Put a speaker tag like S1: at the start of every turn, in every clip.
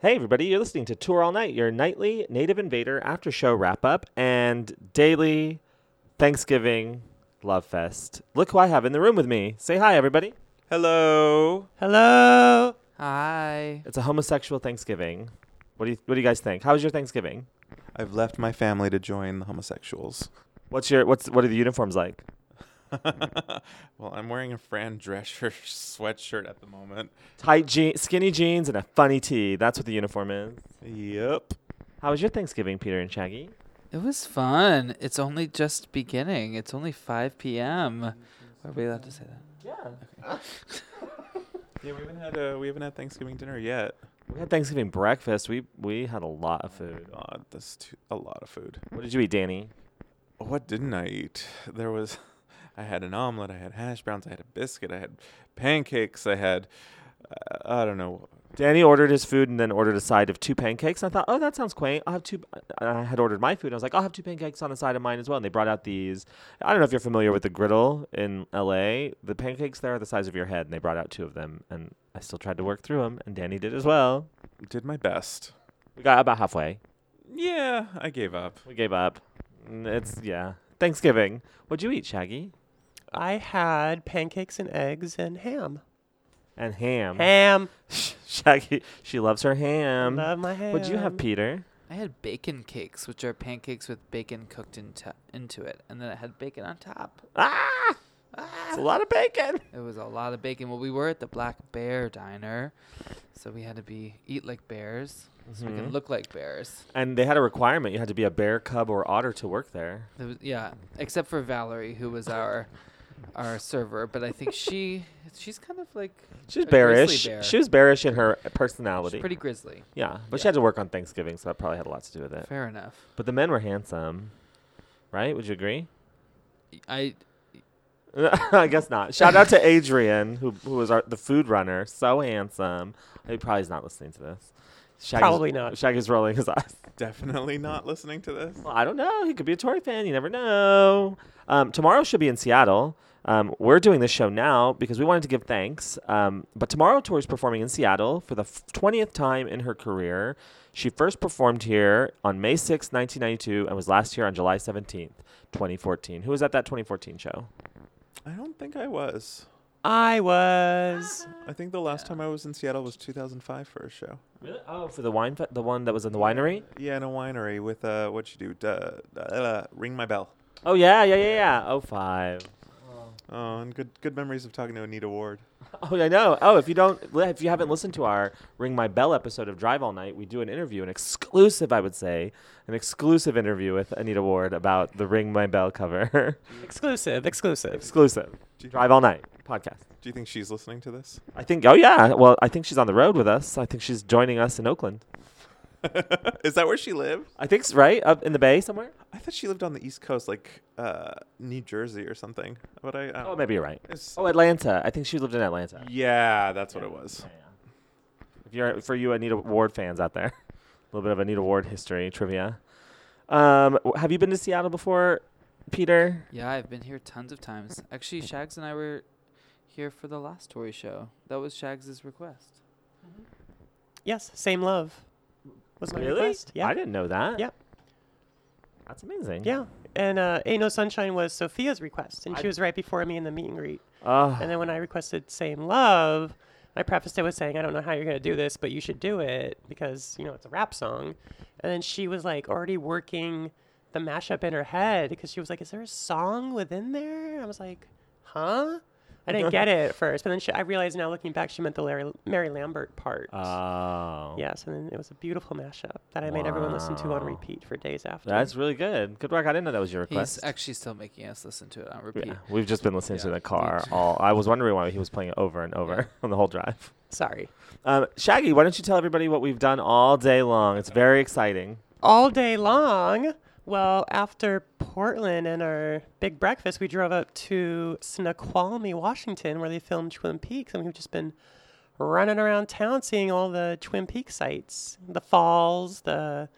S1: Hey, everybody, you're listening to Tour All Night, your nightly Native Invader after show wrap up and daily Thanksgiving Love Fest. Look who I have in the room with me. Say hi, everybody. Hello.
S2: Hello.
S3: Hi.
S1: It's a homosexual Thanksgiving. What do you, what do you guys think? How was your Thanksgiving?
S2: I've left my family to join the homosexuals.
S1: What's your what's what are the uniforms like?
S2: well, I'm wearing a Fran Drescher sweatshirt at the moment.
S1: Tight jeans, skinny jeans, and a funny tee. That's what the uniform is.
S2: Yep.
S1: How was your Thanksgiving, Peter and Shaggy?
S3: It was fun. It's only just beginning. It's only 5 p.m. Are we allowed to say that?
S1: Yeah,
S2: Yeah, we haven't had uh, we haven't had Thanksgiving dinner yet.
S1: we had Thanksgiving breakfast. We we had a lot of food.
S2: God, that's too, a lot of food.
S1: What did you eat, Danny?
S2: What didn't I eat? There was, I had an omelet. I had hash browns. I had a biscuit. I had pancakes. I had, uh, I don't know.
S1: Danny ordered his food and then ordered a side of two pancakes. And I thought, oh, that sounds quaint. I'll have two. And I had ordered my food. And I was like, I'll have two pancakes on the side of mine as well. And they brought out these. I don't know if you're familiar with the griddle in LA. The pancakes there are the size of your head. And they brought out two of them. And I still tried to work through them. And Danny did as well.
S2: Did my best.
S1: We got about halfway.
S2: Yeah, I gave up.
S1: We gave up. Mm, It's, yeah. Thanksgiving. What'd you eat, Shaggy?
S4: I had pancakes and eggs and ham.
S1: And ham.
S4: Ham.
S1: Shaggy, she loves her ham.
S4: Love my ham.
S1: What'd you have, Peter?
S3: I had bacon cakes, which are pancakes with bacon cooked into into it, and then it had bacon on top.
S1: Ah! It's a lot of bacon.
S3: It was a lot of bacon. Well, we were at the Black Bear Diner, so we had to be eat like bears, so we
S1: Mhm.
S3: can look like bears.
S1: And they had a requirement. You had to be a bear, cub, or otter to work there.
S3: There was, yeah, except for Valerie, who was our our server, but I think she she's kind of like
S1: She was
S3: a grizzly
S1: bearish.
S3: bear.
S1: She was bearish in her
S3: She's
S1: personality.
S3: pretty grizzly.
S1: yeah, but she
S3: yeah.
S1: had to work on Thanksgiving, so that probably had a lot to do with it.
S3: Fair enough.
S1: But the men were handsome, right? Would you agree?
S3: I
S1: I guess not. Shout out to Adrian, who who was our, the food runner. So handsome. He probably's not listening to this. Shaggy's,
S4: Probably not.
S1: Shaggy's rolling his eyes.
S2: Definitely not listening to this.
S1: Well, I don't know. He could be a Tory fan. You never know. Um, tomorrow she'll be in Seattle. Um, we're doing this show now because we wanted to give thanks. Um, but tomorrow, Tori's performing in Seattle for the f- 20th time in her career. She first performed here on May 6, 1992, and was last here on July 17th, 2014. Who was at that 2014 show?
S2: I don't think I was.
S4: I was.
S2: I think the last time I was in Seattle was 2005 for a show.
S1: Really? Oh, for the wine, fe- the one that was in the winery.
S2: Yeah, in a winery with uh, what you do? Duh, uh, uh, ring my bell.
S1: Oh yeah, yeah, yeah, yeah. Oh five.
S2: Oh, and good good memories of talking to Anita Ward.
S1: Oh, I know. Oh, if you don't, li- if you haven't listened to our Ring My Bell episode of Drive All Night, we do an interview, an exclusive, I would say, an exclusive interview with Anita Ward about the Ring My Bell cover.
S4: Exclusive. Exclusive.
S1: exclusive.
S2: Do you,
S1: Drive All Night podcast.
S2: do you think she's listening to this?
S1: I think. Oh yeah. Well, I think she's on the road with us. I think she's joining us in Oakland.
S2: Is that where she lived?
S1: I think s- right up in the Bay somewhere.
S2: I thought she lived on the East Coast, like uh, New Jersey or something. But I, I
S1: Oh,
S2: don't-
S1: maybe you're right.
S2: it's-
S1: Oh, Atlanta. I think she lived in Atlanta.
S2: yeah, that's what it was.
S1: If you're for you Anita Ward fans out there, a little bit of Anita Ward history trivia. Um, w- have you been to Seattle before, Peter?
S3: Yeah, I've been here tons of times. Actually, Shags and I were here for the last Tory show. That was Shags' request.
S4: Yes. Same love. Was my
S1: really?
S4: request. Yeah.
S1: I didn't know that.
S4: Yep.
S1: That's amazing.
S4: Yeah. And uh, Ain't No Sunshine was Sophia's request, and
S1: I-
S4: she was right before me in the meet and greet.
S1: Oh,
S4: And then when I requested Same Love, I prefaced it with saying, I don't know how you're going to do this, but you should do it because, you know, it's a rap song. And then she was like already working the mashup in her head because she was like, Is there a song within there? I was like, Huh? I didn't get it at first. But then she, I realized now looking back, she meant the Larry, Mary Lambert part.
S1: oh.
S4: Yes. And then it was a beautiful mashup that I made everyone listen to on
S1: Wow.
S4: repeat for days after.
S1: That's really good. Good work. I didn't know that was your request.
S3: He's actually still making us listen to it on repeat.
S1: yeah, we've just been listening to
S3: Yeah,
S1: the
S3: me
S1: car
S3: too.
S1: all. I was wondering why he was playing it over and over on the whole drive.
S4: Sorry.
S1: Um, Shaggy, why don't you tell everybody what we've done all day long? It's very exciting.
S4: all day long. Well, after Portland and our big breakfast, we drove up to Snoqualmie, Washington, where they filmed Twin Peaks, and we've just been running around town seeing all the Twin Peaks sites: the falls, the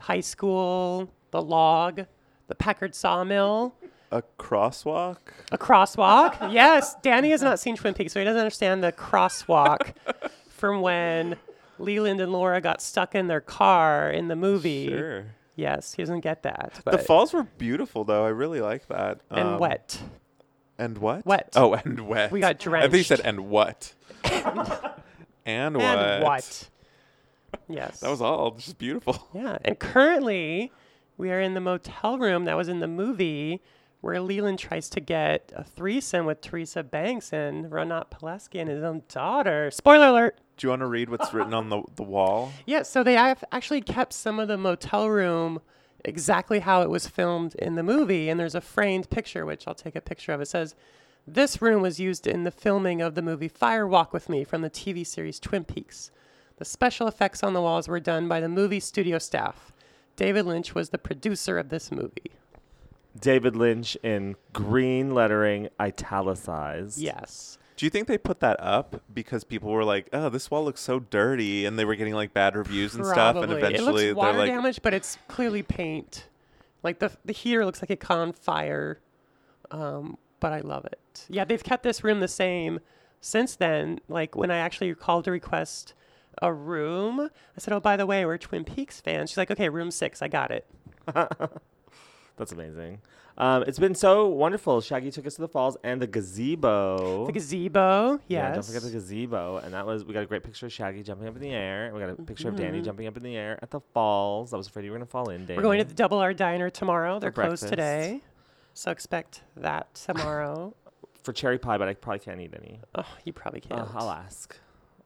S4: high school, the log, the Packard sawmill,
S2: A crosswalk.
S4: a crosswalk. yes, Danny has not seen Twin Peaks, so he doesn't understand the crosswalk from when Leland and Laura got stuck in their car in the movie.
S2: Sure.
S4: Yes, he doesn't get that.
S2: The
S4: But,
S2: falls were beautiful, though. I really like that.
S4: and
S2: Um,
S4: wet.
S2: And what?
S4: Wet.
S2: Oh, and wet.
S4: We got
S2: I think you said
S4: drenched.
S2: and what. and what?
S4: And what? Yes.
S2: That was all just beautiful.
S4: Yeah, and currently we are in the motel room that was in the movie where Leland tries to get a threesome with Teresa Banks and Renat Pulaski and his own daughter. Spoiler alert.
S2: Do you want to read what's written on the, the wall?
S4: Yeah, so they have actually kept some of the motel room exactly how it was filmed in the movie. And there's a framed picture, which I'll take a picture of. It says, This room was used in the filming of the movie Fire Walk with Me from the TV series Twin Peaks. The special effects on the walls were done by the movie studio staff. David Lynch was the producer of this movie.
S1: David Lynch in green lettering, italicized.
S4: Yes.
S2: Do you think they put that up because people were like, "Oh, this wall looks so dirty," and they were getting like bad reviews and stuff, and
S4: Probably.
S2: eventually
S4: it looks water
S2: they're like,
S4: damaged, but it's clearly paint. Like the the heater looks like it caught on fire, um, but I love it. Yeah, they've kept this room the same since then. Like when I actually called to request a room, I said, "Oh, by the way, we're Twin Peaks fans." She's like, "Okay, room six, I got it."
S1: That's amazing. Um, it's been so wonderful. Shaggy took us to the falls and the gazebo.
S4: The gazebo, yes.
S1: Yeah, don't forget the gazebo. And that was we got a great picture of Shaggy jumping up in the air. We got a picture of Danny jumping up in the air at the falls. I was afraid you were gonna fall in, Danny.
S4: Mm-hmm. we're going to the Double R Diner tomorrow. They're closed
S1: breakfast.
S4: today, so expect that tomorrow.
S1: for cherry pie, but I probably can't eat any.
S4: oh, you probably can't.
S1: Uh, I'll ask.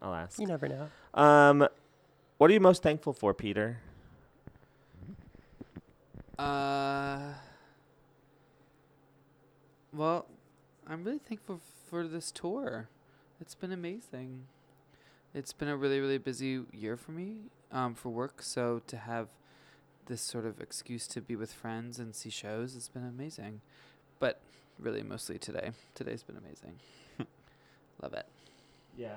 S1: I'll ask.
S4: you never know.
S1: Um, what are you most thankful for, Peter?
S3: Uh, well, I'm really thankful for this tour. It's been amazing. It's been a really, really busy year for me um, for work. So to have this sort of excuse to be with friends and see shows, it's been amazing. But really, mostly today. Today's been amazing. Love it.
S1: Yeah.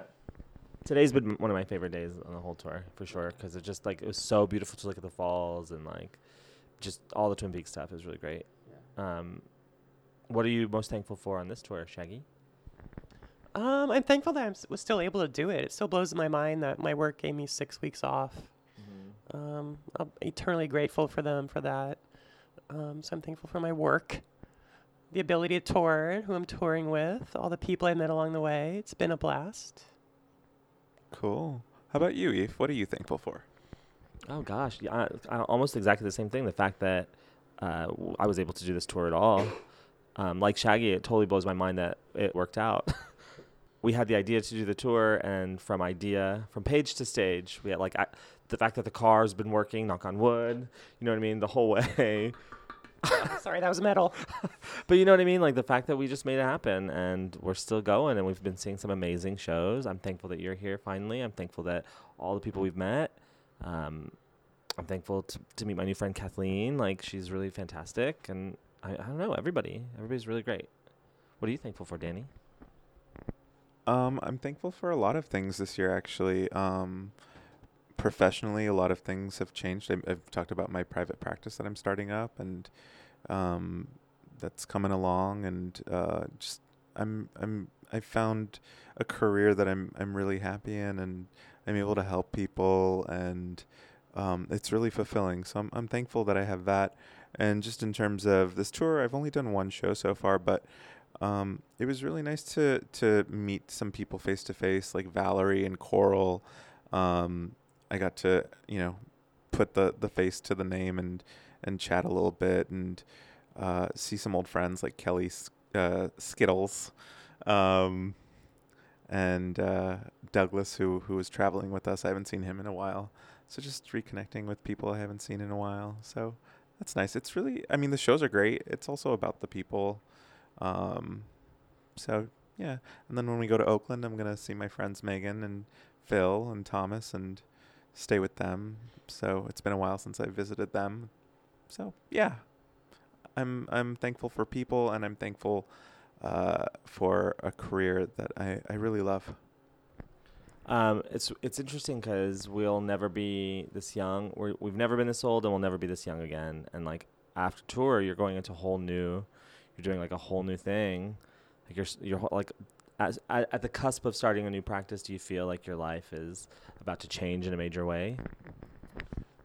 S1: Today's been one of my favorite days on the whole tour for sure because it just like it was so beautiful to look at the falls and like just all the Twin Peaks stuff. It was really great. Um, what are you most thankful for on this tour, Shaggy?
S4: Um, I'm thankful that I was still able to do it. It still blows my mind that my work gave me six weeks off. Um, I'm eternally grateful for them for that. Um, so I'm thankful for my work, the ability to tour, who I'm touring with, all the people I met along the way. It's been a blast.
S2: "Cool." How about you, Eve? What are you thankful for?
S1: Oh gosh, yeah, I, I, almost exactly the same thing. The fact that uh, w- I was able to do this tour at all, um, like Shaggy, it totally blows my mind that it worked out. we had the idea to do the tour, and from idea, from page to stage, we had like I, the fact that the car's been working, knock on wood, you know what I mean, the whole way.
S4: Sorry, that was metal.
S1: But you know what I mean? Like the fact that we just made it happen and we're still going and we've been seeing some amazing shows. I'm thankful that you're here finally. I'm thankful that all the people we've met. Um, I'm thankful to, to meet my new friend Kathleen. Like she's really fantastic. And I, I don't know, everybody. Everybody's really great. What are you thankful for, Danny?
S2: Um, I'm thankful for a lot of things this year, actually. Um, professionally, a lot of things have changed. I, I've talked about my private practice that I'm starting up, and um, that's coming along. And uh, just I'm I'm I found a career that I'm I'm really happy in, and I'm able to help people, and um, it's really fulfilling. So I'm I'm thankful that I have that. And just in terms of this tour, I've only done one show so far, but um, it was really nice to to meet some people face to face, like Valerie and Coral. Um, I got to you know put the the face to the name and and chat a little bit and uh, see some old friends like Kelly S- uh, Skittles, um, and uh, Douglas who who was traveling with us. I haven't seen him in a while, so just reconnecting with people I haven't seen in a while. So. That's nice. It's really, I mean, the shows are great. It's also about the people um, so yeah, and then when we go to Oakland, I'm gonna see my friends Megan and Phil and Thomas and stay with them. So it's been a while since I visited them. So yeah, I'm I'm thankful for people and I'm thankful uh, for a career that I, I really love.
S1: Um, it's it's interesting because we'll never be this young. We're, we've never been this old, and we'll never be this young again. And like after tour, you're going into a whole new, you're doing like a whole new thing. Like you're s- you're ho- like as, at, at the cusp of starting a new practice, do you feel like your life is about to change in a major way?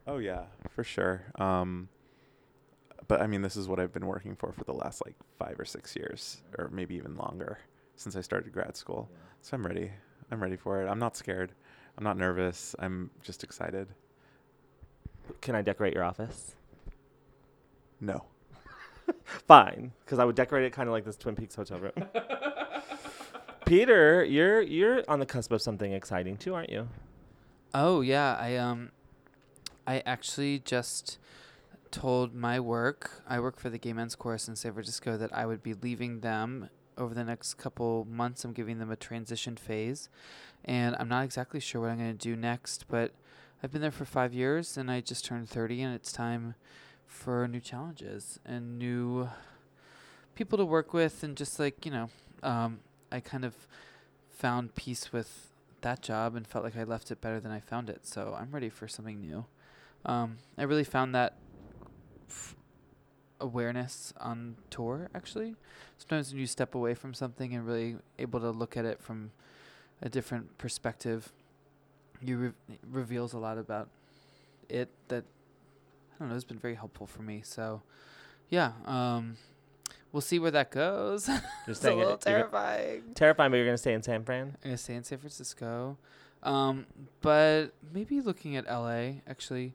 S2: Oh yeah, for sure. Um, but I mean, this is what I've been working for for the last like five or six years, or maybe even longer since I started grad school. So I'm ready. I'm ready for it. I'm not scared. I'm not nervous. I'm just excited.
S1: Can I decorate your office?
S2: No.
S1: Fine, because I would decorate it kind of like this Twin Peaks hotel room. Peter, you're you're on the cusp of something exciting too, aren't you?
S3: Oh yeah, I um, I actually just told my work. I work for the Gay Men's Chorus in San Francisco that I would be leaving them over the next couple months. I'm giving them a transition phase, and I'm not exactly sure what I'm going to do next. But I've been there for five years, and I just turned thirty, and it's time for new challenges and new people to work with, and just like you know, um, I kind of found peace with that job and felt like I left it better than I found it. So I'm ready for something new. Um, I really found that f- awareness on tour actually. Sometimes when you step away from something and really able to look at it from a different perspective, you re- it reveals a lot about it that I don't know. It's been very helpful for me. So yeah, um, we'll see where that goes.
S1: You're
S3: it's a
S1: staying at-
S3: little
S1: you're go-
S3: terrifying.
S1: terrifying, but you're gonna stay in San Fran.
S3: I'm gonna stay in San Francisco, um, but maybe looking at LA actually.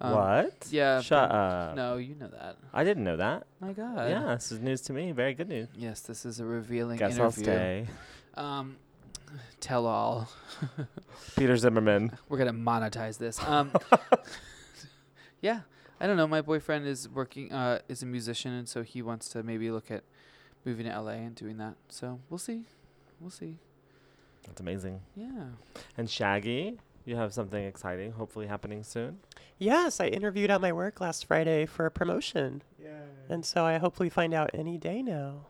S3: Um,
S1: what?
S3: Yeah.
S1: Shut
S3: but-
S1: up.
S3: No, you know that.
S1: I didn't know that.
S3: My God.
S1: yeah, this is news to me. Very good news.
S3: Yes, this is a revealing
S1: Guess I'll
S3: interview.
S1: stay.
S3: Um, tell all.
S1: Peter Zimmerman.
S3: We're gonna monetize this. Um, yeah, I don't know. My boyfriend is working. Uh, is a musician, and so he wants to maybe look at moving to LA and doing that. So we'll see. We'll see.
S1: That's amazing.
S3: Yeah.
S1: And Shaggy, you have something exciting, hopefully happening soon.
S4: Yes, I interviewed at my work last Friday for a promotion. And so I hopefully find out any day now.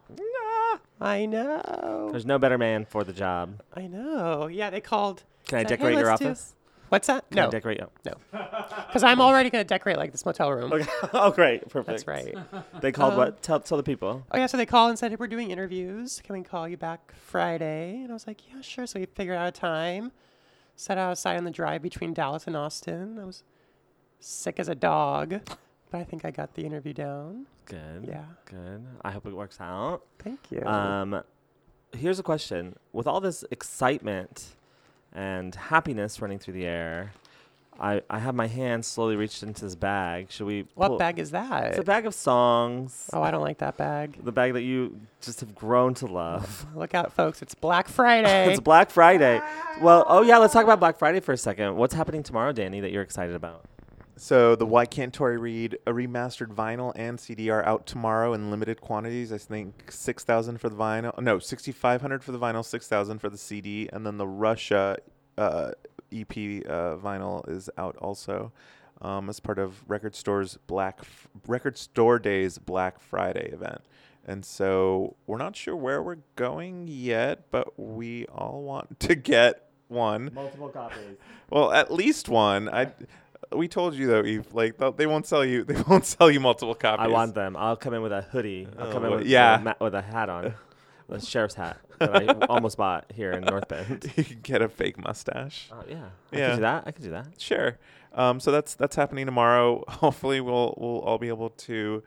S4: I know.
S1: There's no better man for the job.
S4: I know. Yeah, they called.
S1: Can I
S4: Said, "Hey,
S1: decorate your
S4: let's do-
S1: office?
S4: What's that?
S1: Can I
S4: No,
S1: decorate your.
S4: because I'm already going to decorate like this motel room.
S1: Okay. oh, great. Perfect.
S4: That's right.
S1: They called
S4: Um,
S1: what? Tell, tell the people.
S4: Oh yeah, so they called and said, hey, "We're doing interviews. Can we call you back Friday?" And I was like, "Yeah, sure." So we figured out a time, set out aside on the drive between Dallas and Austin. I was sick as a dog, but I think I got the interview down.
S1: Good.
S4: Yeah,
S1: Good. I hope it works out.
S4: Mm-hmm. thank you.
S1: Um, here's a question: With all this excitement and happiness running through the air, I, I have my hand slowly reached into this bag. Should we?
S4: what
S1: pull-
S4: bag is that?
S1: It's a bag of songs.
S4: oh, I don't like that bag.
S1: The bag that you just have grown to love.
S4: Look out, folks! It's Black Friday.
S1: it's Black Friday. Well, oh yeah, let's talk about Black Friday for a second. What's happening tomorrow, Danny, that you're excited about?
S2: So the Why Can't Tori Read a remastered vinyl and CD are out tomorrow in limited quantities. I think six thousand for the vinyl. No, sixty five hundred for the vinyl, six thousand for the CD, and then the Russia uh, EP uh, vinyl is out also um, as part of Record Store's Black F- Record Store Day's Black Friday event. And so we're not sure where we're going yet, but we all want to get one.
S1: Multiple copies.
S2: Well, at least one. I we told you though, Eve. Like th- they won't sell you. They won't sell you multiple copies.
S1: I want them. I'll come in with a hoodie. I'll
S2: Oh,
S1: come in
S2: wha-
S1: with
S2: yeah.
S1: a ma- with a hat on, a sheriff's hat that I almost bought here in North Bend.
S2: you can get a fake mustache.
S1: Uh, yeah, I
S2: Yeah.
S1: could do that. I could do that.
S2: Sure. Um, so that's that's happening tomorrow. Hopefully, we'll we'll all be able to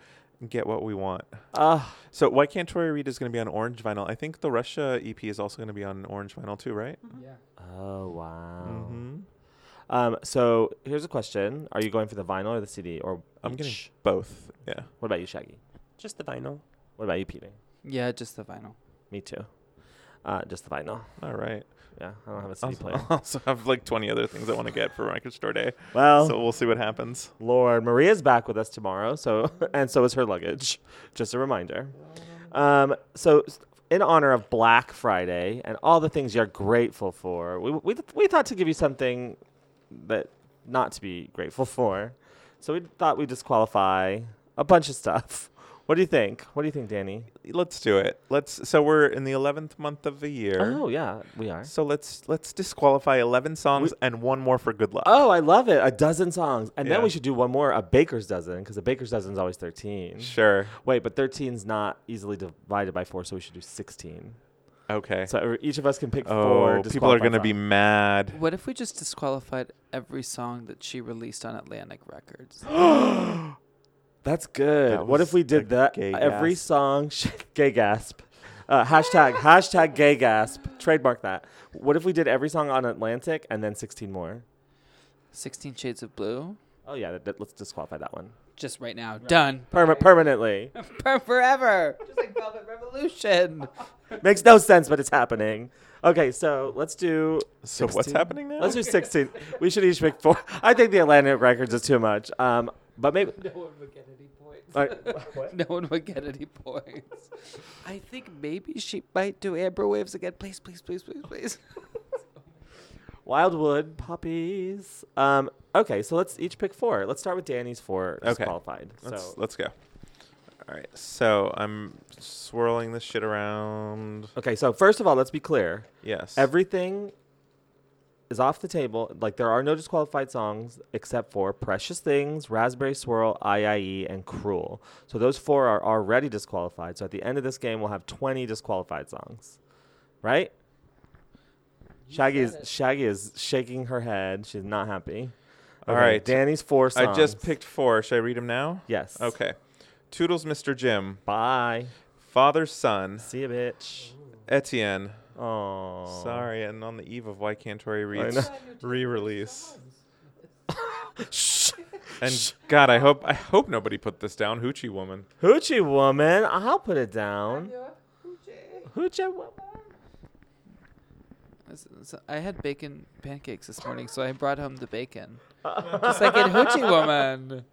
S2: get what we want.
S1: Ah,
S2: So why can't Tori Reed is going to be on orange vinyl? I think the Russia EP is also going to be on orange vinyl too, right?
S3: Yeah.
S1: Oh wow.
S2: Mm-hmm.
S1: Um, so here's a question: Are you going for the vinyl or the CD or
S2: I'm getting
S1: each?
S2: both. Yeah.
S1: What about you, Shaggy?
S4: Just the vinyl.
S1: What about you, Peter?
S3: Yeah, just the vinyl.
S1: Me too. Uh, just the vinyl.
S2: All right.
S1: Yeah, I don't have a CD
S2: Also,
S1: player.
S2: I also have like 20 other things I want to get for Record Store Day.
S1: Well,
S2: So we'll see what happens.
S1: Lord, Maria's back with us tomorrow, so and so is her luggage. Just a reminder. Um, so s- in honor of Black Friday and all the things you're grateful for, we we th- we thought to give you something that not to be grateful for. So we thought we'd disqualify a bunch of stuff. What do you think? What do you think, Danny?
S2: Let's do it. Let's. So we're in the 11th month of the year.
S1: Oh yeah, we are.
S2: So let's let's disqualify 11 songs and one more for good luck.
S1: Oh, I love it. A dozen songs. And then
S2: Yeah.
S1: we should do one more, a baker's dozen, because a baker's dozen is always 13.
S2: Sure.
S1: Wait, but 13's not easily divided by 4, so we should do 16.
S2: Okay.
S1: So uh, each of us can pick four.
S2: oh, people are
S1: disqualified
S2: going to be
S1: songs.
S2: mad.
S3: What if we just disqualified every song that she released on Atlantic Records?
S1: That's good.
S2: That
S1: what if
S2: was
S1: we
S2: a
S1: did that?
S2: gay
S1: Every
S2: gasp.
S1: song, sh- gay gasp. Uh, hashtag hashtag gay gasp. Trademark that. What if we did every song on Atlantic and then 16 more?
S3: Sixteen Shades of Blue.
S1: Oh yeah, that, that- let's disqualify that one
S3: Just right now, done
S1: Perma- permanently.
S3: Per- forever. Just like Velvet Revolution.
S1: Makes no sense, but it's happening. Okay, so let's do.
S2: So what's
S1: 16.
S2: happening now?
S1: Let's do 16. we should each pick four. I think the Atlantic Records is too much. Um, but maybe.
S3: No one would get any points.
S1: all right, wh- what?
S3: No one would get any points. I think maybe she might do Amber Waves again. Please, please, please, please, please.
S1: Wildwood puppies. Um, okay, so let's each pick four. Let's start with Danny's four
S2: Okay.
S1: disqualified.
S2: Let's
S1: so
S2: let's go. All right. So I'm swirling this shit around.
S1: okay, so first of all, let's be clear.
S2: Yes.
S1: Everything is off the table. Like there are no disqualified songs except for Precious Things, Raspberry Swirl, IIE, and Cruel. So those four are already disqualified. So at the end of this game, we'll have 20 disqualified songs, right? Shaggy is, Shaggy is shaking her head. She's not happy.
S2: All
S1: Okay,
S2: right.
S1: Danny's four
S2: I
S1: songs.
S2: just picked four. Should I read them now?
S1: Yes.
S2: Okay. Toodles, Mr. Jim,
S1: Bye.
S2: Father, Son,
S1: See ya, bitch.
S2: Etienne. Um,
S1: Oh.
S2: Sorry, and on the eve of Why Can't Tori
S1: know.
S2: Reed's re-release.
S1: Shh.
S2: And God, I hope I hope nobody put this down. Hoochie Woman.
S1: Hoochie woman. I'll put it down. Hoochie woman.
S3: S- so I had bacon pancakes this morning, so I brought home the bacon. Just like in Hoochie Woman.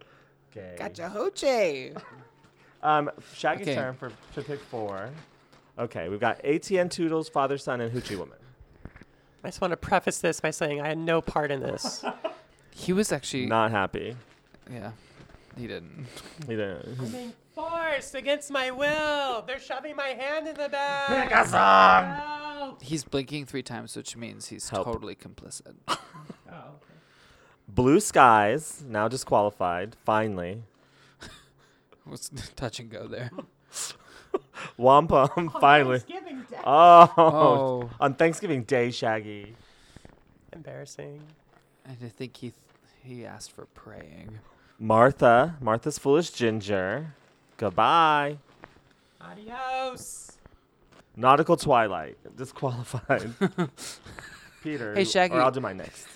S1: Okay.
S3: Gotcha, Hoochie.
S1: Um, Shaggy's
S3: Okay.
S1: turn for to pick four. Okay, we've got ATN Toodles, Father, Son, and Hoochie Woman.
S4: I just want to preface this by saying I had no part in this.
S3: He was actually.
S1: Not happy.
S3: Yeah, he didn't.
S1: He didn't.
S4: I'm being forced against my will. They're shoving my hand in the bag.
S3: He's blinking three times, which means he's
S1: Help.
S3: totally complicit.
S1: Oh, Blue Skies, now disqualified, finally.
S3: was touch and go there.
S4: Oh,
S1: Wampum, finally. Oh,
S3: Oh.
S1: on Thanksgiving Day, Shaggy.
S4: Embarrassing.
S3: And I think he th- he asked for praying.
S1: Martha, Martha's Foolish Ginger. Goodbye.
S4: Adios.
S1: Nautical Twilight, disqualified. Peter,
S3: Hey,
S1: or
S3: Shaggy.
S1: I'll do my next.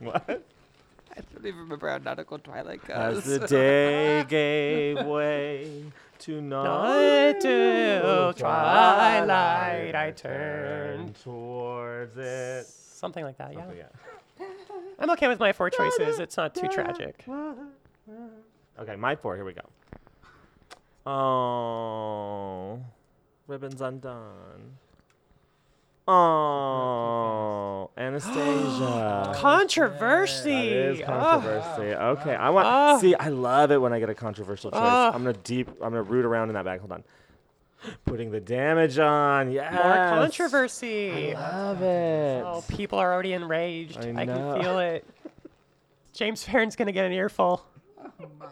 S1: What?
S3: I don't even remember how nautical twilight Oh
S1: As the day gave way to night,
S4: Night till twilight I turned
S1: towards it.
S4: Something like that, yeah.
S1: Something, yeah.
S4: I'm okay with my four choices. It's not too tragic.
S1: Okay, my four. Here we go. Oh, ribbons undone. Oh, Anastasia. That is
S4: Controversy. Oh,
S1: controversy. Okay, I want.
S4: Ah.
S1: See, I love it when I get a controversial choice.
S4: Ah.
S1: I'm gonna deep. I'm gonna root around in that bag. Hold on. Putting the damage on. Yes.
S4: more controversy.
S1: Love it.
S4: Oh, people are already enraged.
S1: I
S4: I,
S1: know.
S4: can feel it. James Farron's gonna get an earful.
S3: My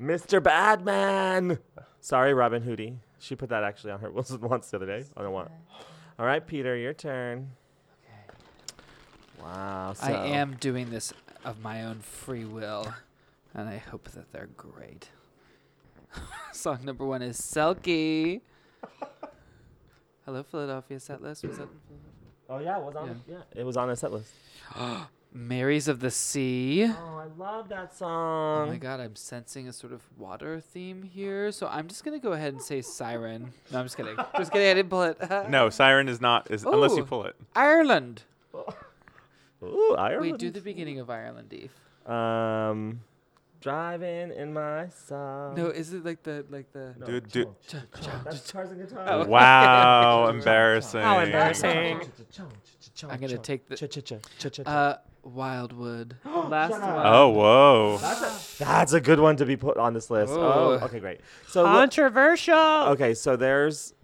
S1: Mr. Badman. Sorry, Robin Hootie. She put that actually on her Wilson once the other day. I don't want. All right, Peter, your turn. Wow. So
S3: I am doing this of my own free will, and I hope that they're great. Song number one is Selkie. Hello, Philadelphia set list. Was that
S1: Oh yeah, it was on. Yeah. it was on the set list.
S3: Marys of the Sea?
S1: Oh, I love that
S3: Oh
S1: song.
S3: my god, I'm sensing a sort of water theme here, so I'm just gonna go ahead and say Siren. No, I'm just kidding. Just kidding. I didn't pull it.
S2: No, Siren is not is unless you
S3: Ooh.
S2: pull it.
S3: Ireland.
S1: Ooh, Ireland.
S3: Wait, do the beginning of Ireland, Eve.
S1: Um, driving in my song.
S3: No, is it like the like the?
S1: No,
S2: Do-
S1: chill,
S2: do-
S1: chill, chill, chill. That's Charles and Guitar.
S3: Oh.
S2: Wow, embarrassing.
S4: How embarrassing.
S3: I'm gonna take the
S1: the.
S3: uh Wildwood. Last
S1: Shut
S3: one.
S1: up.
S2: Oh, whoa.
S1: That's a good one to be put on this list. Oh,
S3: Oh.
S1: okay, great. So, look-
S4: Controversial.
S1: okay, so there's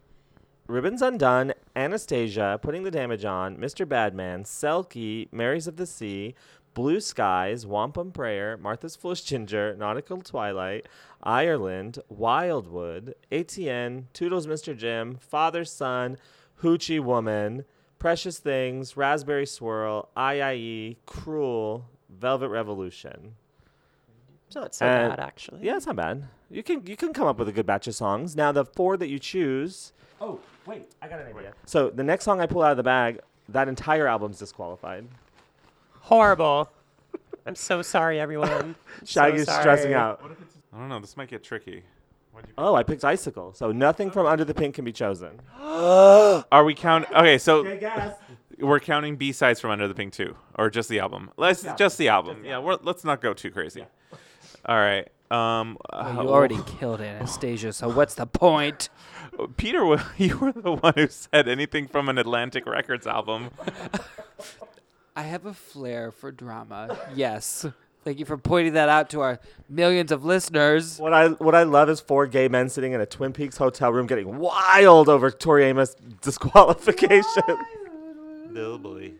S1: Ribbons Undone, Anastasia, Putting the Damage On, Mr. Badman, Selkie, Marys of the Sea, Blue Skies, Wampum Prayer, Martha's Foolish Ginger, Nautical Twilight, Ireland, Wildwood, ATN, Toodles Mr. Jim, Father Son, Hoochie Woman, Precious Things, Raspberry Swirl, IIE, Cruel, Velvet Revolution.
S4: It's not so
S1: Uh,
S4: bad, actually.
S1: Yeah, it's not bad. You can you can come up with a good batch of songs. Now the four that you choose. Oh wait, I got an idea. So the next song I pull out of the bag, that entire album's disqualified.
S4: Horrible. I'm so sorry, everyone. I'm
S1: Shaggy's
S4: so
S1: stressing
S4: sorry.
S1: out.
S2: I don't know. This might get tricky. What'd you-
S1: Oh, I picked Icicle. So nothing from Under the Pink can be chosen.
S2: Are we count? Okay, so
S1: guess.
S2: we're counting B sides from Under the Pink too, or just the album? Let's
S1: the
S2: just the album. Yeah, we're, let's not go too crazy. All right. Um, uh,
S3: Oh, you already killed Anastasia, so what's the point?
S2: Peter, wa- you were the one who said anything from an Atlantic Records album.
S3: I have a flair for drama. Yes. Thank you for pointing that out to our millions of listeners.
S1: What I what I love is four gay men sitting in a Twin Peaks hotel room getting wild over Tori Amos disqualification.
S2: Billboy.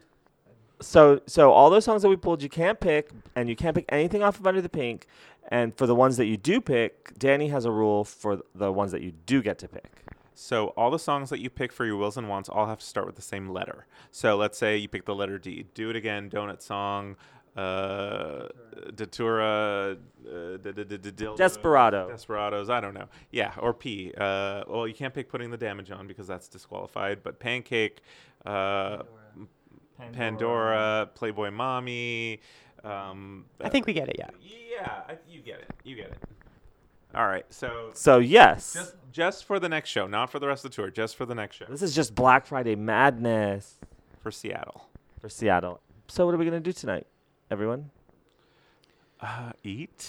S1: so so all those songs that we pulled you can't pick and you can't pick anything off of under the pink and for the ones that you do pick danny has a rule for the ones that you do get to pick
S2: So all the songs that you pick for your wills and wants all have to start with the same letter. So let's say you pick the letter D. Do it again. Donut song. Uh, Datura. Uh, d- d- d- d- dildo.
S1: Desperado.
S2: Desperados. I don't know. Yeah, or P. Uh, well, you can't pick putting the damage on because that's disqualified. But pancake. Uh, Pandora. Playboy mommy. Um,
S4: I think we get it, yeah.
S2: Yeah, I- you get it. You get it. All right. So
S1: so yes
S2: just just for the next show, not for the rest of the tour, just for the next show
S1: this is just black friday madness
S2: for Seattle.
S1: for seattle so what are we gonna do tonight everyone
S2: Uh, eat.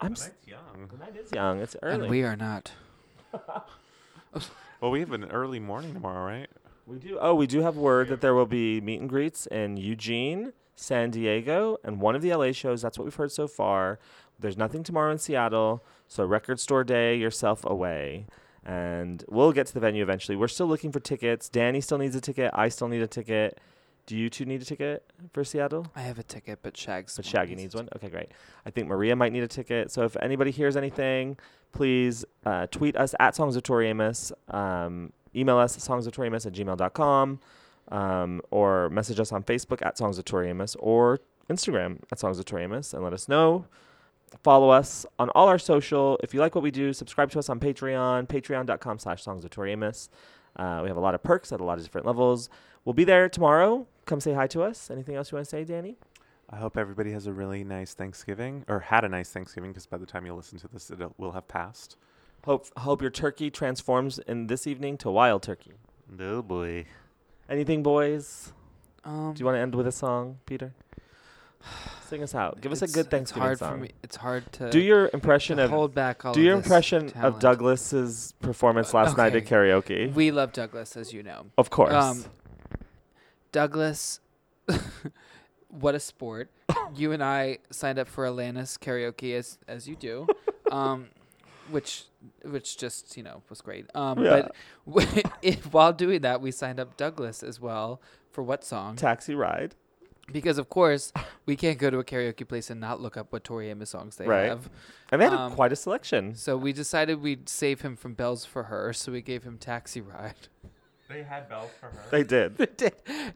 S1: i'm s-
S2: That's young.
S1: the night is young it's
S3: And
S1: early
S3: we are not.
S2: Well, we have an early morning tomorrow, right?
S1: we do oh we do have word that there will be meet and greets in eugene san diego and one of the la shows that's what we've heard so far there's nothing tomorrow in Seattle, so record store day yourself away. And we'll get to the venue eventually. We're still looking for tickets. Danny still needs a ticket. I still need a ticket. Do you two need a ticket for Seattle?
S3: I have a ticket, but Shag's.
S1: But
S3: the one
S1: Shaggy
S3: who
S1: needs
S3: it.
S1: one. Okay, great. I think Maria might need a ticket. So if anybody hears anything, please uh, tweet us at Songs of Tori Amos, um, email us at songs of Tori Amos at gmail.com, um, or message us on Facebook at Songs of Tori Amos or Instagram at Songs of Tori Amos and let us know. Follow us on all our social. If you like what we do, subscribe to us on Patreon, patreon.com slash songs of Tori Amos. Uh, we have a lot of perks at a lot of different levels. We'll be there tomorrow. Come say hi to us. Anything else you want to say, Danny?
S2: I hope everybody has a really nice Thanksgiving or had a nice Thanksgiving because by the time you listen to this, it will have passed.
S1: Hope hope your turkey transforms in this evening to wild turkey.
S2: Oh boy.
S1: Anything, boys?
S3: Um,
S1: Do you want to end with a song, Peter? Sing us out. Give us a
S3: it's-
S1: good Thanksgiving
S3: it's hard
S1: song.
S3: For me, it's hard to
S1: Do your
S3: to
S1: impression of
S3: hold back all
S1: do
S3: of
S1: your
S3: this
S1: impression of
S3: talent.
S1: Douglas's performance
S3: Uh,
S1: last night at
S3: okay.
S1: karaoke.
S3: We love Douglas, as you know.
S1: of course.
S3: Um, Douglas, what a sport! you and I signed up for Alanis karaoke as as you do, um, which which just you know was great. Um,
S1: Yeah.
S3: But w- it, while doing that, we signed up Douglas as well for what song?
S1: Taxi ride.
S3: Because of course we can't go to a karaoke place and not look up what Tori Amos songs they
S1: Right.
S3: have.
S1: And they had a-
S3: um,
S1: quite a selection.
S3: So we decided we'd save him from Bells for Her, so we gave him Taxi Ride.
S2: They had bells for her.
S1: They did.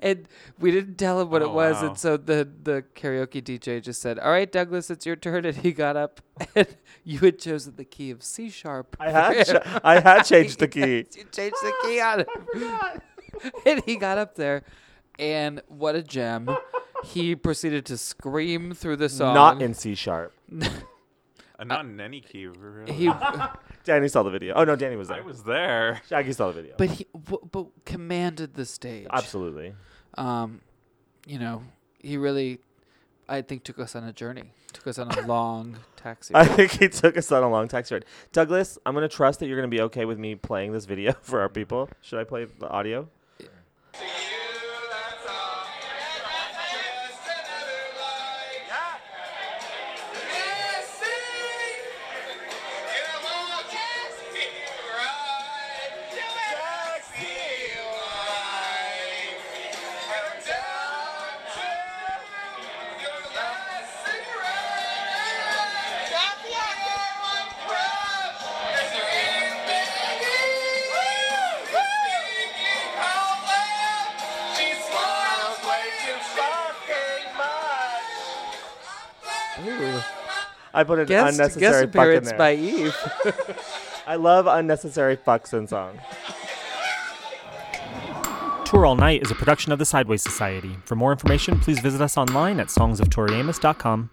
S3: and we didn't tell him what
S2: Oh,
S3: it was,
S2: wow.
S3: and so the the karaoke DJ just said, "All right, Douglas, it's your turn." And he got up, and you had chosen the key of C sharp.
S1: I had ch- I had changed the key.
S3: you changed the key on it. and he got up there, and what a gem! he proceeded to scream through the song.
S1: Not in C sharp.
S2: uh, not in any key, really.
S3: he,
S1: Danny saw the video. Oh no, Danny was
S2: I
S1: there.
S2: was there.
S1: Shaggy saw the video.
S3: but he w- but commanded the stage.
S1: Absolutely.
S3: um, you know, he really, I think, took us on a journey. Took us on a long taxi.
S1: I
S3: ride.
S1: think he took us on a long taxi ride. Douglas, I'm gonna trust that you're gonna be okay with me playing this video for our people. Should I play the audio?
S5: Down to
S1: I put an
S3: Guest,
S1: unnecessary
S3: guest
S1: fuck in
S3: appearance
S1: there.
S3: by Eve.
S1: I love unnecessary fucks in song.
S5: Tour All Night is a production of the Sideways Society. For more information, please visit us online at songsoftoriamus.com.